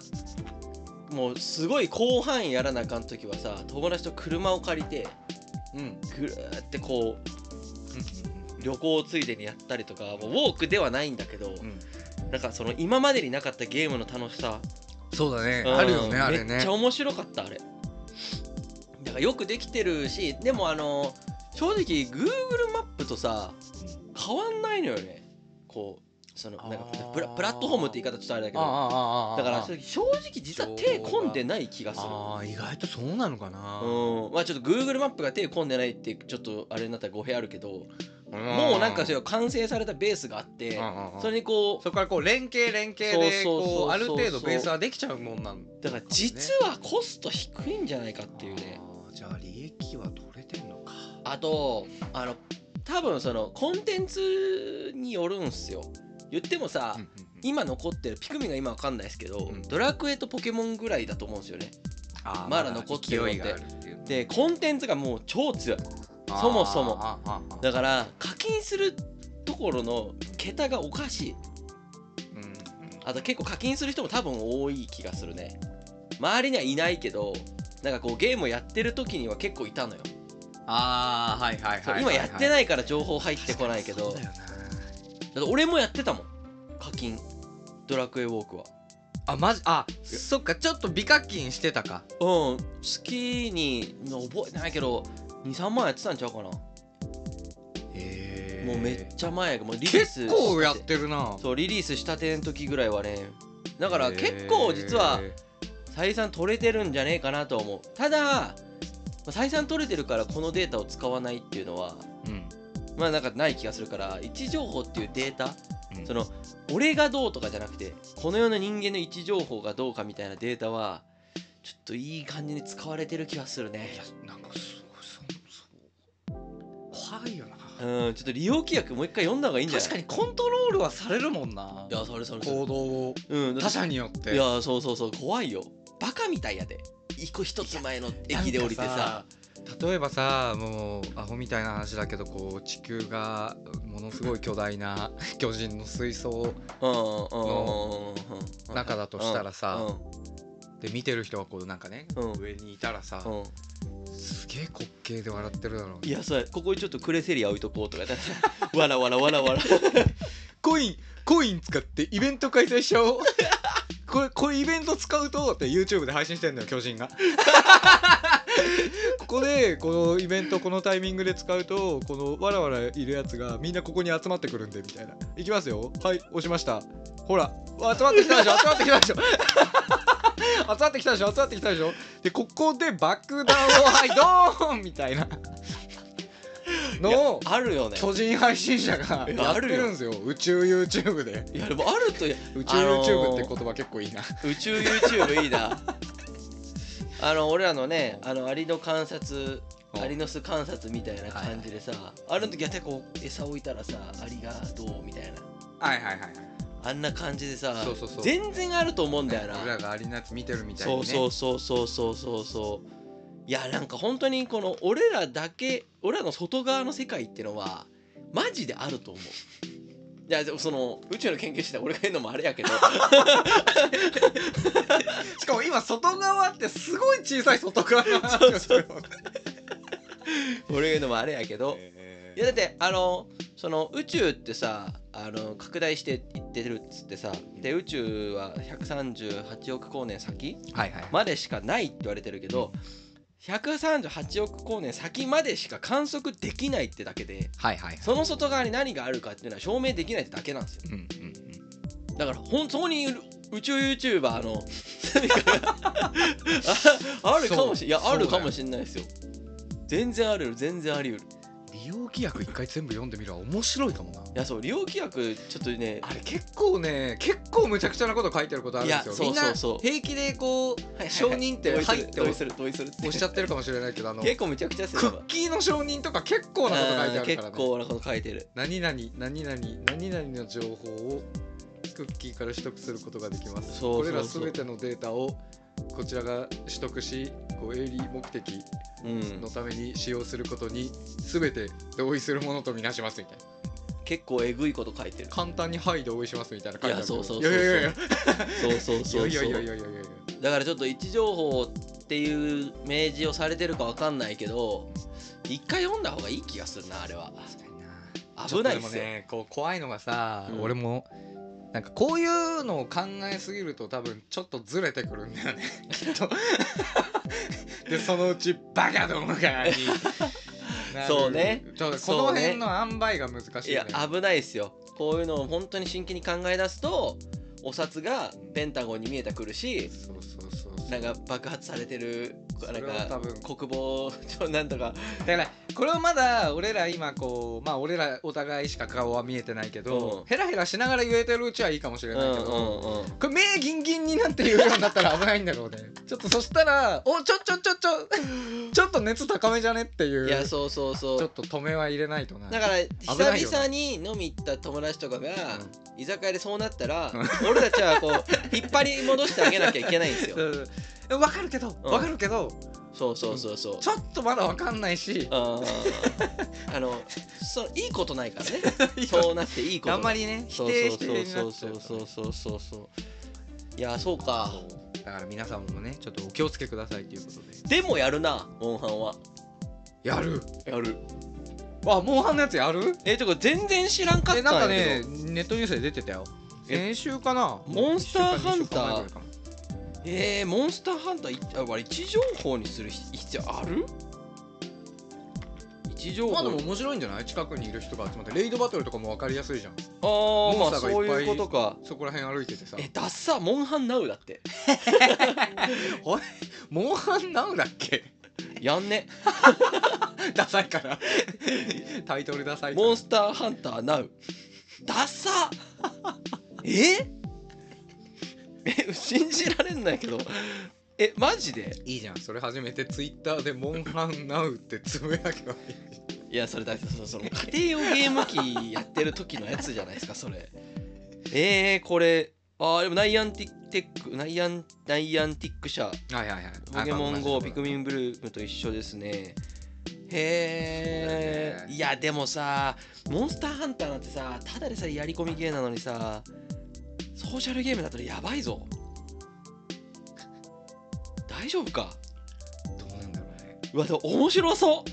A: もうすごい広範囲やらなあかん時はさ友達と車を借りて
B: うんうん
A: ぐるーってこう旅行ついでにやったりとかもうウォークではないんだけど、
B: うんうん
A: なんかその今までになかったゲームの楽しさ
B: そうだね
A: うん
B: あるよねあれ
A: めっ
B: ね
A: ちゃ面白かったあれだからよくできてるしでもあの正直 Google マップとさ変わんないのよねこうその
B: あー
A: なんかプラプラットフォームって言い方ちょっとあれだけど
B: ああああああ
A: だから正直実は手込んでない気がする
B: ああ意外とそうなのかな
A: うんまあちょっと Google マップが手込んでないってちょっとあれになったら語弊あるけども
B: も
A: うなんかそういう完成されたベースがあってそ
B: そ
A: れにこう
B: こからこう連携連携で
A: そうそうそうそう
B: こうある程度ベースはできちゃうもんなん
A: だから実はコスト低いんじゃないかっていうね
B: あーじゃあ利益は取れてんのか
A: あとあの多分そのコンテンツによるんすよ言ってもさ、
B: うんうんうん
A: 今残ってるピクミンが今わかんないですけど、
B: うん
A: ドラクエとポケモンぐらいだと思うんですよね
B: あー
A: まだ残ってるのっ
B: 勢
A: て
B: いがあるっていう
A: でコンテンツがもう超強いそもそも
B: あーあーあー
A: だから課金するところの桁がおかしい
B: うんうん
A: あと結構課金する人も多分多い気がするね周りにはいないけどなんかこうゲームをやってる時には結構いたのよ、
B: あーはいはい
A: そう
B: はい
A: 今やって
B: い
A: ないから情報入ってこないけど
B: そうだよな
A: だって俺もやってたもん課金ドラクエウォークは
B: あマジあそっかちょっと美課金してたか
A: うん月に覚えてないけど23万やってたんちゃうかなも
B: へ
A: うめっちゃ前もうリリース
B: 結構やってるな
A: そうリリースしたての時ぐらいはねだから結構実は採算取れてるんじゃねえかなとは思うただ採算取れてるからこのデータを使わないっていうのは
B: うん
A: まあなんかない気がするから位置情報っていうデータ
B: うん
A: その俺がどうとかじゃなくてこの世の人間の位置情報がどうかみたいなデータはちょっといい感じに使われてる気がするね
B: いやなんかすごいそうそう怖いよな
A: うんちょっと利用規約もう一回読んだ方がいいんじゃない
B: 確かにコントロールはされるもんない
A: やそれそれそ
B: 行
A: れ
B: 動を
A: うんだ
B: 他
A: って
B: 者によって
A: いやそうそうそう怖いよバカみたいやで一個一つ前の駅で降りてさ
B: 例えばさもうアホみたいな話だけどこう地球がものすごい巨大な巨人の水槽
A: うんうんうんうん
B: 中だとしたらさ
A: う
B: で見てる人はこうなんかね、
A: うん
B: 上にいたらさ、
A: んうん
B: すげえ滑稽で笑ってるだろう
A: い
B: ね
A: やそれここにちょっとクレセリア置いとこうとか言 ったらわらわらわらわら
B: コインコイン使ってイベント開催しちゃおうこれこれイベント使うとって YouTube で配信してんのよ巨人がここでこのイベントこのタイミングで使うとこのわらわらいるやつがみんなここに集まってくるんでみたいな「いきますよはい押しましたほら集まってきたでしょ集まってきたでしょ 集まってきたでしょ集まってきたでしょでここで爆弾をはいドーンみたいなのを
A: いやあるよね
B: 巨人配信者 が
A: いや
B: やってるんですよ宇宙 YouTube で
A: いやでもあるといや
B: 宇宙
A: あのー
B: YouTube って言葉結構いいな、
A: 宇宙 YouTube いいなあの俺らのねあのアリの観察
B: うん
A: アリの巣観察みたいな感じでさ、ある時は結構餌置いたらさアリがどうみたいな
B: はいはいはいはい
A: あんな感じでさ
B: そうそうそう
A: 全然あると思うんだよな、
B: 俺らがアリのやつ見てるみたいに
A: そ
B: ね
A: うそうそうそうそうそうそういやなんか本当にこの俺らだけ俺らの外側の世界ってのはマジであると思ういやでもその宇宙の研究してた俺が言うのもあれ やけど
B: しかも今外側ってすごい小さい外側の話をしてるもんね
A: 俺が言うのもあれやけどいやだってあのその宇宙ってさあの拡大していってるっつってさで宇宙は138億光年先
B: はいはい、
A: までしかないって言われてるけど138億光年先までしか観測できないってだけで
B: はいはいはい
A: その外側に何があるかっていうのは証明できないってだけなんですよ
B: うんうんうん
A: だから本当に宇宙 YouTuber のああるかもしれないや
B: そう
A: あるかもしれないですよ全然ある全然あり得る
B: 利用規約一回全部読んでみるは面白いかもない
A: やそう利用規約ちょっとね
B: あれ結構ね結構むちゃくちゃなこと書いてることあるんです
A: い
B: よ
A: やそうそうそう
B: みんな平気でこう承認って
A: 同意する
B: 入って
A: 同意する同意するって
B: 押しちゃってるかもしれないけどあの
A: 結構むちゃくちゃす
B: クッキーの承認とか結構なこと書いてあるからね
A: 結構なこと書いてる
B: 何々何々何々の情報をクッキーから取得することができます
A: そうそうそう
B: これらすべてのデータをこちらが取得しこう営利目的
A: うん
B: のために使用することにすべて同意するものとみなしますみたいな
A: 結構えぐいこと書いてる
B: 簡単に「はい同意します」みたいな書いてあるけど
A: いやそうそうそう
B: いやいやいや
A: そうそうそうそう
B: いやいやいやいやいやいや
A: だからちょっと位置情報っていう明示をされてるかわかんないけど一回読んだ方がいい気がするなあれは
B: 確かに
A: 危
B: な
A: ないっ
B: ちょ
A: す
B: っとで
A: よ、
B: もねこう怖いのがさ、
A: うん
B: 俺もなんかこういうのを考えすぎると多分ちょっとずれてくるんだ よねきっとでそのうちバカども がになる
A: そうね
B: ちょっとこ
A: そ
B: の
A: うね
B: 辺の塩梅が難しい,、ね
A: いや危ないっすよこういうのを本当に真剣に考え出すとお札がペンタゴンに見えてくるし
B: そうそうそうそう
A: なんか爆発されてる
B: そ
A: な
B: れ
A: ん
B: は多
A: か
B: 分
A: 国防庁なんとか
B: だからこれをまだ俺ら今こうまあ俺らお互いしか顔は見えてないけど、
A: うん
B: ヘラヘラしながら言えてるうちはいいかもし
A: う
B: れ
A: んう
B: ないけど、
A: んうん
B: これ目ギンギンになんて言うようになったら危ないんだろうね ちょっとそしたらおちょちょちょち ょちょっと熱高めじゃねっていう
A: いやそうそうそ
B: ちょ
A: う
B: っと止めは入れないとな
A: だから
B: ないよ
A: 久々に飲み行った友達とかが居酒屋でそうなったら
B: う
A: 俺たちはこ う引っ張り戻してあげなきゃいけないんですよ
B: うん分かるけど
A: うん
B: 分かるけど、
A: そうそうそうそう
B: ちょっとまだ分かんないし
A: あーあのそういいことないから ねそうなっていいことな
B: あ
A: い
B: んまりね否
A: そう
B: 定
A: そ
B: し
A: う
B: て
A: そうそうそうそうそうそういやそうか
B: だから皆さんもねちょっとお気をつけくださいということ
A: で
B: で
A: もやるなモンハンは
B: やる
A: やる
B: あモンハンのやつやる
A: えとか全然知らんかっ
B: え
A: た
B: なんか
A: んやけ
B: ね
A: ど
B: ネットニュースで出てたよ
A: え
B: 先週かな
A: モンスターハンター
B: 一週間二週間前ぐらいかな
A: えーモンスターハンターいあこれ位置情報にする必要ある位置情報
B: まあで
A: あ
B: も面白いんじゃない近くにいる人が集まってレイドバトルとかも分かりやすいじゃん
A: ーま
B: モン
A: あ
B: スターが
A: そ
B: いうっぱい
A: いうことか
B: そこら辺歩いててさ
A: えダッサモンハンナウだって
B: モンハンなんだっけ
A: やんね
B: ダサいから タイトルダサいから
A: モンスターハンターナウダッサえ え信じられんないけどえマジで
B: いいじゃんそれ初めてツイッターで「モンハンナウ」ってつぶやけばいい
A: いやそれだってそのそ の家庭用ゲーム機やってる時のやつじゃないですかそれえー、これあーでもナイアンティテックナイアンナイアンティック社
B: はいはいはい
A: ポケモン GO ピクミンブルームと一緒ですねへ
B: そう
A: え、
B: だね
A: いやでもさモンスターハンターなんてさただでさえやり込みゲーなのにさソーシャルゲームだったらやばいぞ大丈夫か
B: どうなんだろうね
A: うわでも面白そう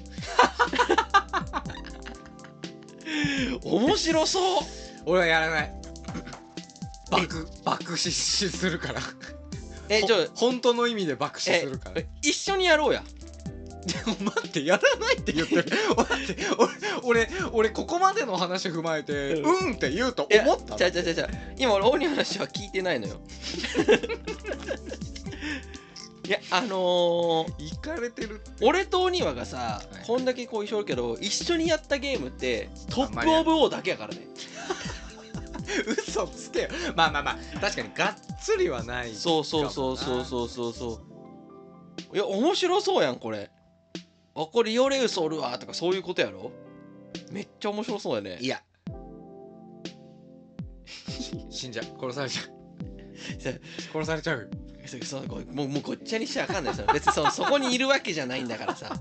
A: 面白そう
B: 俺はやらない爆爆死死するから
A: えじゃあ
B: ほ本当の意味で爆死
A: え
B: するから
A: 一緒にやろうや
B: でも待ってやらないって言ってる 待って俺俺俺ここまでの話踏まえて「
A: う
B: うん」って言うと
A: いや
B: 思った
A: ちゃうちゃうちゃうちゃう今俺オニオンの話は聞いてないのよいやあのー
B: 行かれてる
A: 俺とオニワがさ、
B: はい
A: こんだけこう一緒おるけど一緒にやったゲームってト
B: あんま
A: ッ
B: り
A: プ
B: や
A: オブ王だけやからね
B: 嘘つけよまあまあまあ確かにがっつりはない
A: そうそうそうそうそうそうそういや面白そうやんこれあこれヨレウスおるわとかそういうことやろめっちゃ面白そうやね
B: いや死んじゃう殺されちゃ う殺されちゃうよ
A: そそうこうもうもうごっちゃにしちゃあかんないその別にそのそ こにいるわけじゃないんだからさ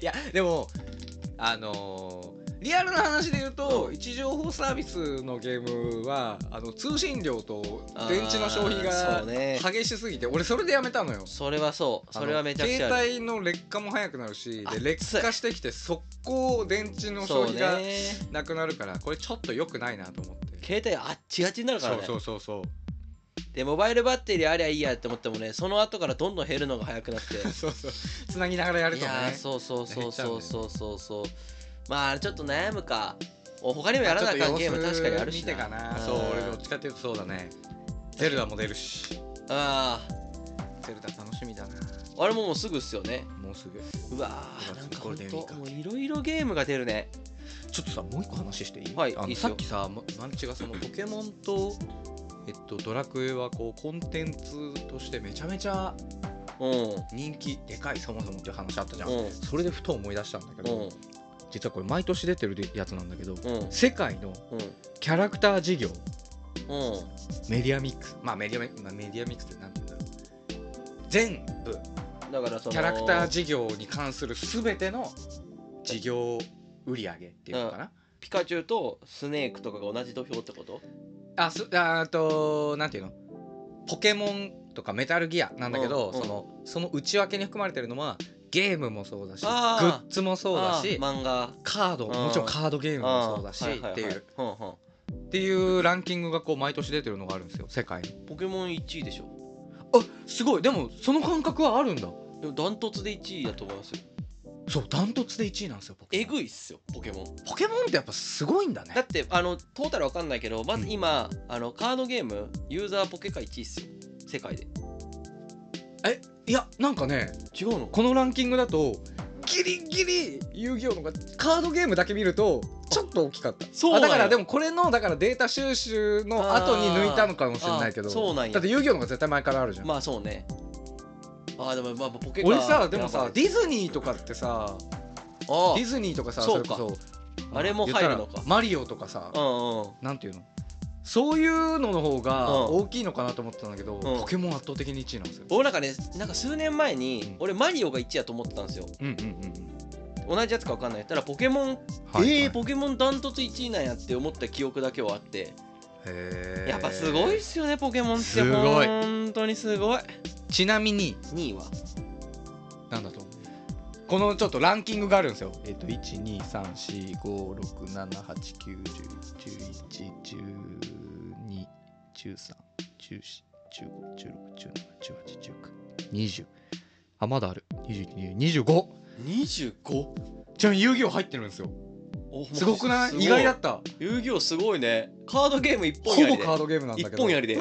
B: いやでもあのーリアルな話で言うと、位置情報サービスのゲームはあの通信量と電池の消費
A: あー
B: が
A: そうね
B: 激しすぎて俺それでやめたのよ
A: それはそうそれはめちゃくちゃあ
B: あ
A: る
B: の携帯の劣化も早くなるし
A: あ
B: で劣化してきて速攻電池の消
A: そう
B: 費が
A: ね
B: なくなるからこれちょっと良くないなと思って
A: 携帯あっちあっちになるか
B: そ
A: ら
B: う
A: ね
B: そうそうそう
A: でモバイルバッテリーありゃいいやって思ってもねその後からどんどん減るのが早くなって
B: そう そうつなぎながらやる
A: い
B: とね
A: やーそうそうそ
B: 減
A: う
B: っちゃ
A: そ
B: うね
A: うそうそうそうまあちょっと悩むかお他にもやらなあかんゲーム確かにあるし
B: 見てかなそう俺どっちかっていうとそうだねゼルダも出るし
A: ああ
B: ゼルダ楽しみだな
A: ーあれももうすぐっすよね
B: もうすぐ
A: うわー
B: 五月
A: なんかほ
B: ゴール
A: ん
B: デンウィーク
A: ともういろいろゲームが出るね
B: ちょっとさもう一個話していい、
A: はい
B: あの
A: いいっすよ
B: さっきさまマンチがそのポケモンと、えっと、ドラクエはこうコンテンツとしてめちゃめちゃ
A: うん
B: 人気でかいそもそもっていう話あったじゃん、
A: うん
B: それでふと思い出したんだけ
A: う
B: ど、
A: ん
B: 実はこれ毎年出てるやつなんだけど、
A: うん
B: 世界の
A: う
B: キャラクター事業
A: んうん
B: メディアミックスまあメディアミ,、まあ、メディアミックスってなんて言うんだろう全部
A: だからその
B: キャラクター事業に関する全ての事業売り上げっていうのかな、
A: ピカチュウとスネークとかが同じ土俵ってこと
B: あすあーとなんていうのポケモンとかメタルギアなんだけど、
A: うんうん
B: そのその内訳に含まれてるのはゲームもそうだしグ
A: あー
B: ッズもそうだし
A: あー漫画
B: カード
A: うん
B: もちろんカードゲームもそうだし
A: あーはいはいはい
B: っていう
A: ほんほん
B: っていうランキングがこう毎年出てるのがあるんですよ世界に
A: ポケモン1位でしょ
B: あすごいでもその感覚はあるんだ
A: でもダントツで1位だと思いますよ
B: そうダントツで1位なんですよポケモン
A: えぐいっすよポケモン
B: ポケモンってやっぱすごいんだね
A: だってあのトータルわかんないけどまず今、あのカードゲームユーザーポケカ1位っすよ世界で
B: いやなんかね
A: 違うの
B: このランキングだとギリギリ遊戯王の方がカードゲームだけ見るとちょっと大きかった
A: そう
B: あ
A: なんや
B: だからでもこれのだからデータ収集の後に抜いたのかもしれないけど
A: あーあーそうなんや
B: だって遊戯王の方が絶対前からあるじゃん、
A: まあそうねあーでもまあポケカ
B: 俺さでも
A: や
B: さ
A: ばい
B: ディズニーとかってさ
A: あ
B: ディズニーとかさ
A: そう
B: れ
A: か
B: こ
A: あれも入るのか
B: 言ったらマリオとかさ、
A: あ
B: なんていうのそういうのの方が
A: うん
B: 大きいのかなと思ってたんだけど、ポケモン圧倒的に1位なんですよ、
A: 俺なんかねなんか数年前に、
B: うん
A: 俺マリオが1位やと思ってたんですよ
B: うんうんうん
A: 同じやつかわかんないたらポケモン、
B: うんはい
A: え
B: は
A: ー
B: い
A: ポケモンダントツ1位なんやって思った記憶だけはあって、
B: へー
A: やっぱすごいっすよねポケモンって
B: すごい
A: 本当にすごい
B: ちなみに
A: 2位は
B: なんだと思うこのちょっとランキングがあるんですよ。えっ、と、1、2、3、4、5、6、7、8、9、10、11、12、13、14、15、16、17、18、19、20。あ、まだある。21、22、25!
A: 25
B: ちなみに遊戯王入ってるんですよ。
A: お
B: すごくない
A: す
B: 意外だった。
A: 遊戯王すごいねカードゲーム一本
B: ほ
A: や
B: ぼ
A: りで
B: カードゲームなんだけ
A: 一
B: ど。
A: 本や りで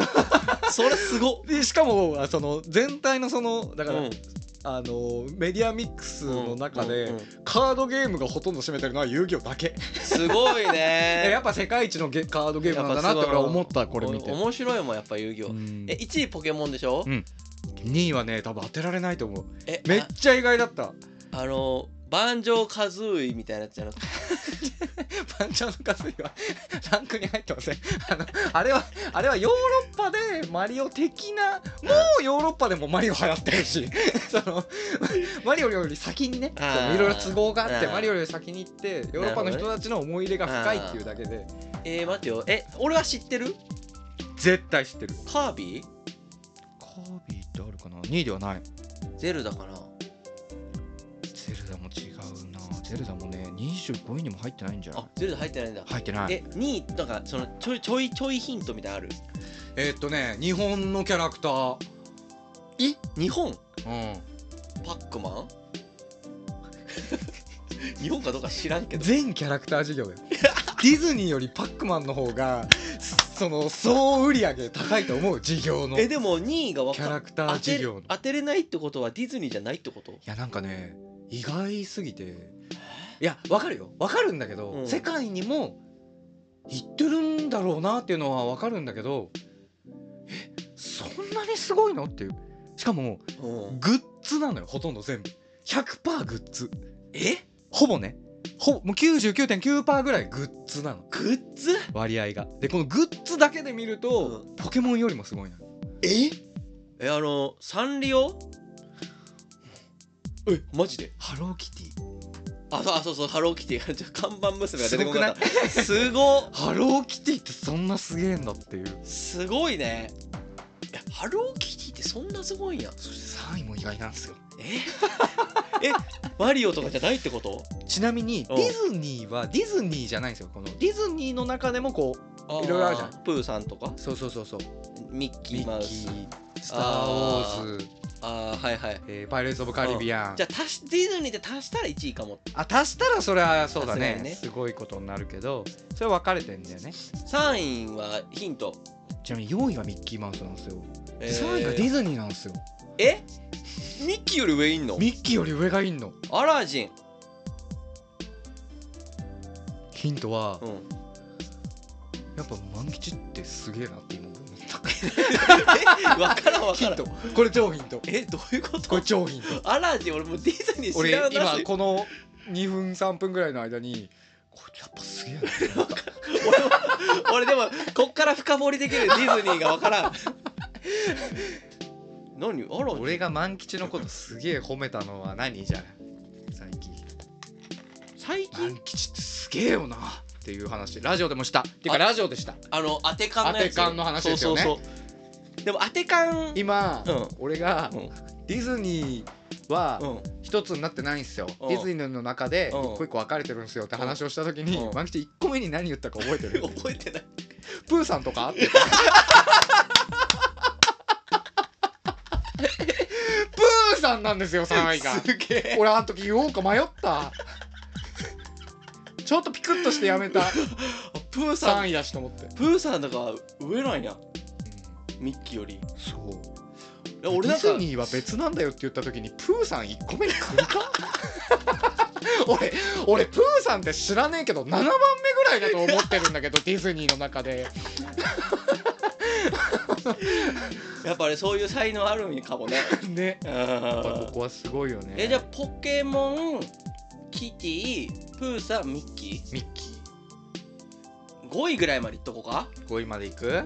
A: それすごっ
B: でしかもあその全体のそのだから、
A: うん
B: あのメディアミックスの中で、
A: うんうん
B: カードゲームがほとんど占めてるのは遊戯王だけ
A: すごい
B: え や
A: ね
B: っぱ世界一のゲカードゲームなんだなって俺は思ったこれ見て
A: お面白いもんやっぱ遊戯王、
B: うん
A: え1位ポケモンでしょ、
B: うん2位はね多分当てられないと思う
A: え
B: めっちゃ意外だった
A: ああの盤上カズーイみたいなやつじゃなくて
B: パンチャーの数はランクに入ってませんあのあれはあれはヨーロッパでマリオ的なもうヨーロッパでもマリオ流行ってるし そのマリオより先にね
A: あー
B: そういろいろ都合があって
A: あー
B: マリオより先に行ってヨーロッパの人たちの思い入れが深いっていうだけで
A: えー、待ってよえ俺は知ってる
B: 絶対知ってる
A: カービィ
B: カービィってあるかな2位ではない
A: ゼルダかな
B: ゼルダも違うなゼルダもね25位にも入ってないんじゃ
A: あゼルダ入ってないんだ、
B: 入ってな
A: え2位なんかそのちょいちょいちょいヒントみたいなのある
B: えーっとね日本のキャラクター
A: え日本
B: うん
A: パックマン 日本かどうか知らんけど
B: 全キャラクター事業だよ ディズニーよりパックマンの方がその総売り上げ高いと思う事業の
A: え
B: キ
A: でも2位が分
B: ャ
A: か
B: ラ
A: ん
B: クタ
A: 当
B: ー
A: て
B: 事
A: れ
B: 業のい
A: 当てれないってことはディズニーじゃないってこと
B: やなんかね意外すぎていやわかるよわかるんだけど、
A: うん
B: 世界にも行ってるんだろうなっていうのはわかるんだけどえそんなにすごいのっていうしかも
A: うん
B: グッズなのよほとんど全部100%グッズ
A: え
B: ほぼねほぼもう99.9%ぐらいグッズなの
A: グッズ
B: 割合がでこのグッズだけで見ると、
A: う
B: ポケモンよりもすごいな
A: ええあのサンリオえマジで
B: ハローキティ
A: あそうあそうそうハローキティちょ 看板娘が出
B: す
A: て
B: ご
A: こ
B: く
A: な
B: な
A: か
B: い
A: ったすごっ
B: ハローキティってそんなすげえんだっていう
A: すごいねえハローキティってそんなすごいんや
B: そして3位も意外なんですよ
A: ええマリオとかじゃないってこと
B: ちなみに
A: う
B: デ
A: ん
B: ィズニーはディズニーじゃないんですよこのディズニーの中でもこう
A: あー
B: いろいろあるじゃん
A: プーさんとか
B: そうそうそうそう
A: ミッキ
B: ミ
A: ーマ
B: ッ
A: ウ
B: キ
A: ス
B: ースター・ウォーズ
A: ああはいはい
B: えーパイレーツ・オブ・カリビアン
A: じゃあ足しディズニーで足したら1位かも
B: あ足したらそれはそうだ
A: さす
B: ね
A: がにね
B: すごいことになるけどそれは分かれてんだよね
A: 3位はヒント
B: ちなみに4位はミッキーマウスなんですよ、
A: え
B: 3位がディズニーなんですよ
A: えミッキーより上いんの
B: ミッキーより上がいんの
A: アラジン、
B: ヒントは、
A: うん
B: やっぱ万吉ってすげえなって今思 った
A: えわからんわ
B: ヒ
A: か
B: ン
A: ら
B: ト
A: ん
B: これ超ヒント
A: えどういうこ
B: ことれ超ヒント
A: アラジン俺もうディズニー知
B: 俺
A: らんな
B: 今この2分3分ぐらいの間にこいつやっぱすげえなって 思った
A: 俺でもこっから深掘りできるディズニーがわ からん何アラジン
B: 俺が万吉のことすげえ褒めたのは何じゃあ最 近
A: 最近
B: 万吉ってすげえよなっていう話ラジオでもしたっていうか
A: あ
B: ラジオでした
A: あの当て缶のやつ
B: 当て缶の話ですよね
A: そうそうそうでも当て缶
B: 今、
A: うん
B: 俺が
A: うん
B: ディズニーは、
A: うん
B: 一つになってないんですよ、
A: うん
B: ディズニーの中で
A: うん
B: 一個一個分かれてるんですよって話をした時に、
A: うん
B: マキチ1個目に何言ったか覚えてる
A: 覚えてない
B: プーさんとかって言ったプーさんなんですよ3位が
A: すげえ
B: 俺あの時言おうか迷ったちょっとピクッとしてやめた
A: あプーさん
B: 3位だしと思って
A: プーさんとかは上なんやミッキーよりい
B: そう
A: や俺な
B: デ
A: ん
B: ィ
A: か
B: ズニーは別なんだよって言った時にプーさん1個目に来るか 俺俺プーさんって知らねえけど7番目ぐらいだと思ってるんだ けどディズニーの中で
A: やっぱりそういう才能あるんかもね
B: ね
A: う
B: やっぱこ
A: ん
B: こはすごいよね
A: えじゃあポケモンキティプーさんミッキ
B: ミッキ
A: ー5位ぐらいまでいっとこうか
B: ー5位までいく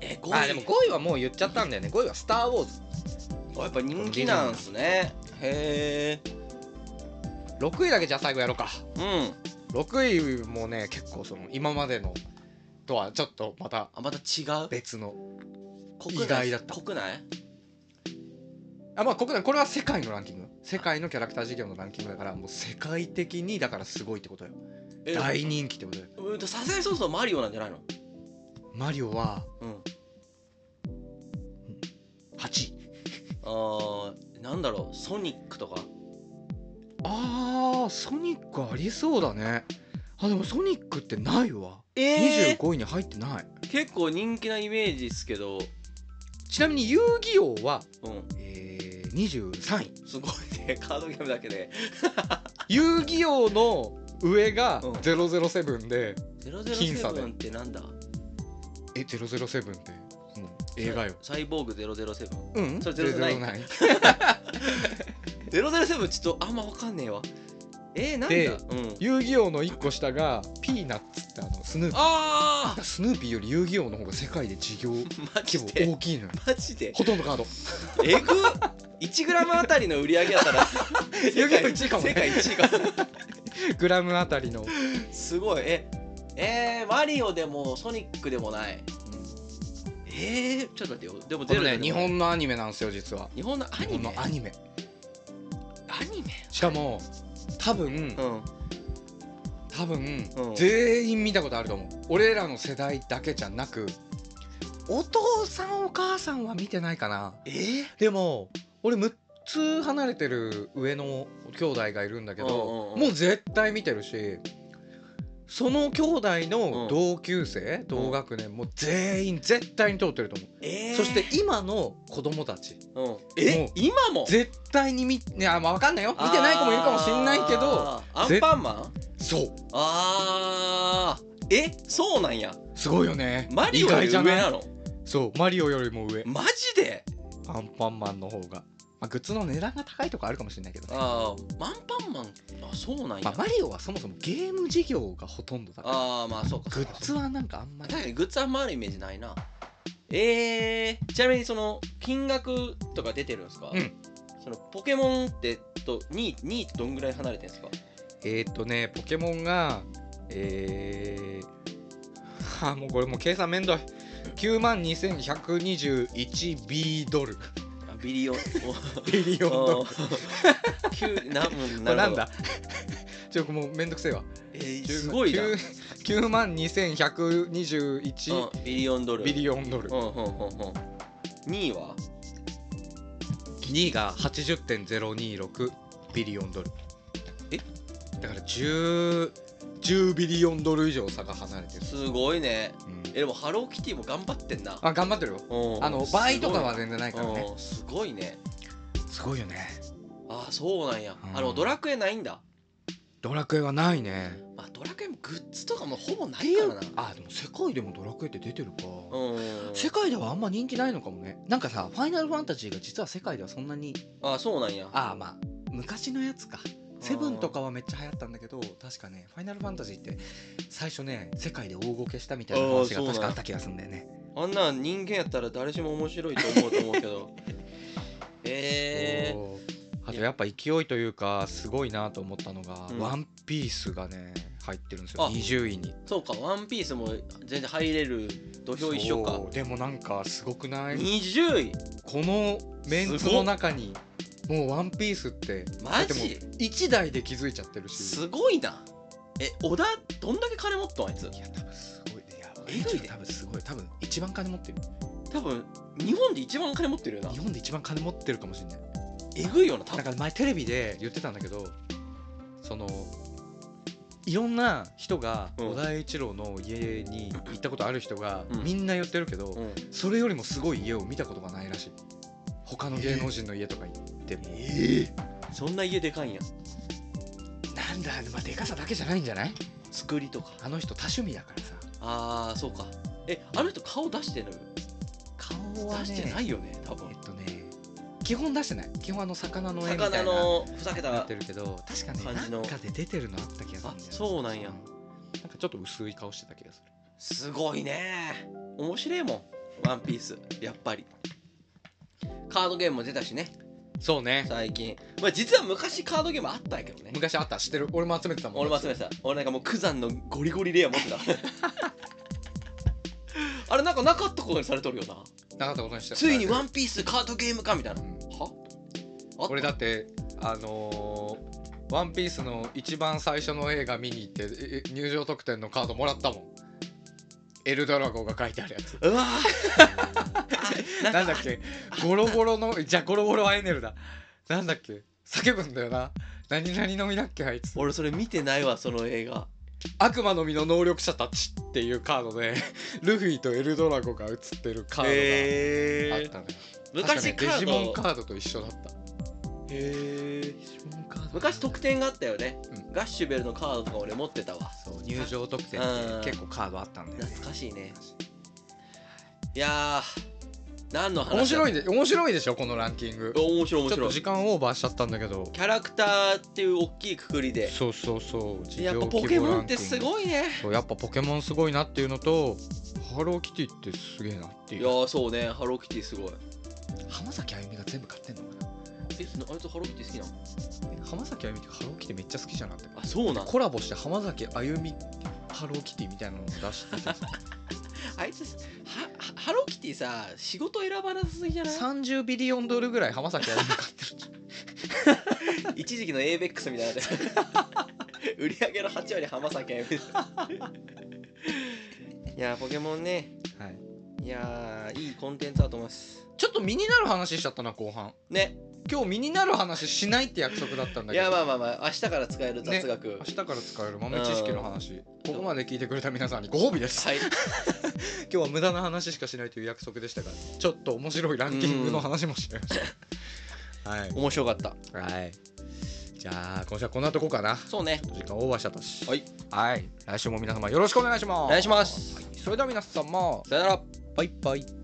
A: え5位
B: あでも5位はもう言っちゃったんだよね5位は「スター・ウォーズ
A: あやっぱ人気なんすねへえ」
B: 6位だけじゃあ最後やろうか
A: うん
B: 6位もね結構その今までのとはちょっとまた
A: あまた違う
B: 別の
A: 国内
B: 意外だった
A: 国内
B: あまあ国内これは世界のランキング世界のキャラクター事業のランキングだからもう世界的にだからすごいってことよ
A: え
B: 大人気ってことよ
A: うんとさすがにそうそうマリオなんじゃないの
B: マリオは
A: うん
B: 8位
A: あーなんだろうソニックとか
B: あーソニックありそうだねあでもソニックってないわ
A: え
B: 25位に入ってない
A: 結構人気なイメージっすけど
B: ちなみに遊戯王は、
A: うん
B: えー、23位
A: すごいね カードゲームだけで
B: 遊戯王の上が
A: うん
B: 007で、僅差で
A: 007ってなんだ
B: え007って、うん、映画よ
A: サイボーグ007
B: うん
A: それ009
B: 009
A: 007ちょっとあんまわかんねえわえー、なんだ
B: で
A: うん
B: 遊戯王の1個下がピーナッツってあのスヌーピ
A: あ
B: ースヌーピーより遊戯王の方が世界で事業
A: ーマ
B: 規
A: ジで
B: 模大きいのよ
A: マジで
B: ほとんどカード
A: えぐ 1g あたりの売り上げやった ら世界
B: 一位かもね
A: 世界1位かも
B: グラムあたりの
A: すごいええー、マリオでもソニックでもない、えー、ちょっと待ってよでもゼロだよ
B: 日本のアニメなんですよ実は
A: 日本のア
B: 日
A: ニ
B: 本
A: メ
B: のアニメ
A: アニメ
B: しかも多分
A: うん
B: 多分
A: うん
B: 全員見たことあると思う俺らの世代だけじゃなくお父さんお母さんは見てないかな
A: えー、
B: でも俺6つ離れてる上の兄弟がいるんだけ
A: うんうん
B: ど
A: うん
B: もう絶対見てるしその兄弟の同級生、同学年も全員絶対に通ってると思う、
A: えー、
B: そして、今の子供たち
A: うん、え
B: もう
A: 今も
B: 絶対に見いやまあ分かんないよ見てない子もいるかもしんないけど
A: あーアンパンマン
B: そう
A: あーえそうなんや
B: すごいよね
A: マリオより
B: 意外じ
A: 上
B: ゃない
A: なの
B: そうマリオよりも上
A: マジで
B: アンパンマンの方が、まあ、グッズの値段が高いとかあるかもしれないけどね
A: ああマンパンマンあそうなんや、
B: まあ、マリオはそもそもゲーム事業がほとんどだから
A: ああまあそうかそ
B: グ
A: うか
B: ッズはなんかあんまり
A: 確かにグッズあんまあるイメージないなえー、ちなみにその金額とか出てるんですか、
B: うん
A: そのポケモンってと2位2位ってどんぐらい離れてるんですか
B: えーっとねポケモンがえー、はあもうこれもう計算めんどい9万 2121B ドル
A: あビリオン
B: ビリオンドル
A: お 急なうん
B: これ
A: な
B: な
A: る
B: ん
A: ほど
B: だ ちょもうめんどくせえわ
A: えー、すごいな、う
B: 9万2121
A: ん、ビリオンドル
B: ビリオンドル
A: うんうんうんうん2位は
B: 2位が80.026ビリオンドル
A: え
B: だから10 10ビリオンドル以上差が離れてる、
A: すごいね
B: うん
A: えでもハローキティも頑張ってんな
B: あ頑張ってるよ
A: うん
B: あの
A: すごい
B: 倍とかは全然ないからね
A: うんすごいね
B: すごいよね
A: ああそうなんや
B: うん
A: あのドラクエないんだ
B: ドラクエはないね
A: まあドラクエもグッズとかもほぼないからな
B: あでも世界でもドラクエって出てるか、
A: うん
B: 世界ではあんま人気ないのかもねなんかさ「ファイナルファンタジー」が実は世界ではそんなに
A: あそうなんや
B: ああまあ昔のやつかセブンとかはめっちゃ流行ったんだけど確かね「ファイナルファンタジー」って最初ね世界で大ごけしたみたいな話
A: あーそうな
B: が
A: ん
B: 確かあった気がするんだよね
A: あんなん人間やったら誰しも面白いと思うと思うけど え
B: そうあとやっぱ勢いというかすごいなと思ったのが
A: う
B: 「
A: ん
B: ワンピースがね入ってるんですよ
A: あ
B: 20位に
A: ー、そうか「ワンピースも全然入れる土俵一緒か
B: そうでもなんかすごくない
A: 20位
B: このメンツの中にもう「ワンピースって
A: マ
B: でも
A: ジ
B: 1台で気づいちゃってるし
A: すごいなえ小田どんだけ金持っとんあいつ
B: いや多分すごいねいや
A: えぐいね
B: 多分すごい多分一番金持ってる
A: 多分日本で一番金持ってるよな
B: 日本で一番金持ってるかもしれない
A: えぐいよな多
B: なん
A: 分
B: か前テレビで言ってたんだけどそのいろんな人が
A: うん
B: 小田栄一郎の家に行ったことある人が
A: うん
B: みんな言ってるけど
A: うん
B: それよりもすごい家を見たことがないらしい他の芸能人の家とか行っても
A: ええそんな家でかいんや
B: なんだまあでかさだけじゃないんじゃない
A: 作りとか
B: あの人多趣味だからさ
A: ああそうかえあの人顔出してる
B: 顔
A: 出してないよね多
B: え
A: 分
B: っとね基本出してない基本あの魚の絵みたいな
A: 魚のふざけ
B: な
A: た
B: ってるけど確かね
A: 感じの
B: なんかで出てるのあった気がするだよ
A: あそうなんや
B: なんかちょっと薄い顔してた気がする
A: すごいね面白いもんワンピースやっぱりカードゲームも出たしね
B: そうね
A: 最近まあ実は昔カードゲームあったんやけどね
B: 昔あった知ってる俺も集めてたもん
A: 俺も集めてた俺なんかもう九山のゴリゴリレア持ってた あれなんかなかったことにされとるよな
B: なかったことにして
A: ついにワ
B: ン
A: ンピースカードゲームかみたいなはあ
B: 俺だってあのーワンピースの一番最初の映画見に行ってええ入場特典のカードもらったもんエルドラゴンが書いてあるやつ
A: うわー
B: なんだっけゴロゴロのじゃゴロゴロはエネルだなんだっけ叫ぶんだよな何々の実だっけあいつ
A: 俺それ見てないわその映画
B: 悪魔の実の能力者たちっていうカードでルフィとエルドラゴが写ってるカードがあ
A: へ
B: ったのよ、
A: 昔カ
B: 確かね
A: ー
B: デジモン
A: ド
B: カードと一緒だった
A: へー
B: デジモンカード
A: 昔特典があったよね、
B: うん
A: ガッシュベルのカードとか俺持ってたわ
B: そう入場特典
A: うん
B: って結構カードあったんだよね
A: 懐かしいねいやー何の話だ
B: 面白いで面白いでしょこのランキング
A: 面白い面
B: ちょ
A: 白
B: っと
A: い
B: 時間オーバーしちゃったんだけど
A: キャラクターっていう大きいくくりで
B: そうそうそう事
A: やっ
B: 業
A: ぱポ
B: 規
A: ケ
B: 模ラ
A: モン
B: ン
A: っ
B: キン
A: て
B: グ
A: すごいね
B: そうやっぱポケモンすごいなっていうのとハローキティってすげえなって
A: い
B: い
A: や
B: う
A: ーそうねハローキティすごい
B: 浜崎あゆみが全部買ってんのかな
A: えなあいつハローキティ好きなの
B: 浜崎あゆみってハローキティめっちゃ好きじゃなかった
A: あそうなの
B: コラボして浜崎あゆみハローキティみたいなのを出して て
A: あいつははハローキティさ仕事選ばなさすぎじゃない
B: 30ビリオンドルぐらい浜崎あゆみ買ってる
A: 一時期の ABEX みた いな売り上げの8割浜崎あゆみいやーポケモンね
B: はい、
A: いやーいいコンテンツだと思います
B: ちょっと身になる話しちゃったな後半
A: ね
B: 今日身になる話しないって約束だったんだ
A: い
B: け
A: や
B: ど
A: まあまあまあ明日から使える雑学、
B: 明日から使える豆知識の話ここまで聞いてくれた皆さんにご褒美です
A: はい
B: 今日は無駄な話しかしないという約束でしたがちょっと面白いランキングの話もしちゃいましたはい
A: 面白かった
B: はいじゃあ今週はこんなとこかな
A: そうね
B: 時間オーバーしちゃったし
A: はい、
B: はい、来週も皆様よろしくお願いします
A: お願いします
B: それでは皆様
A: さよなら
B: バイバイ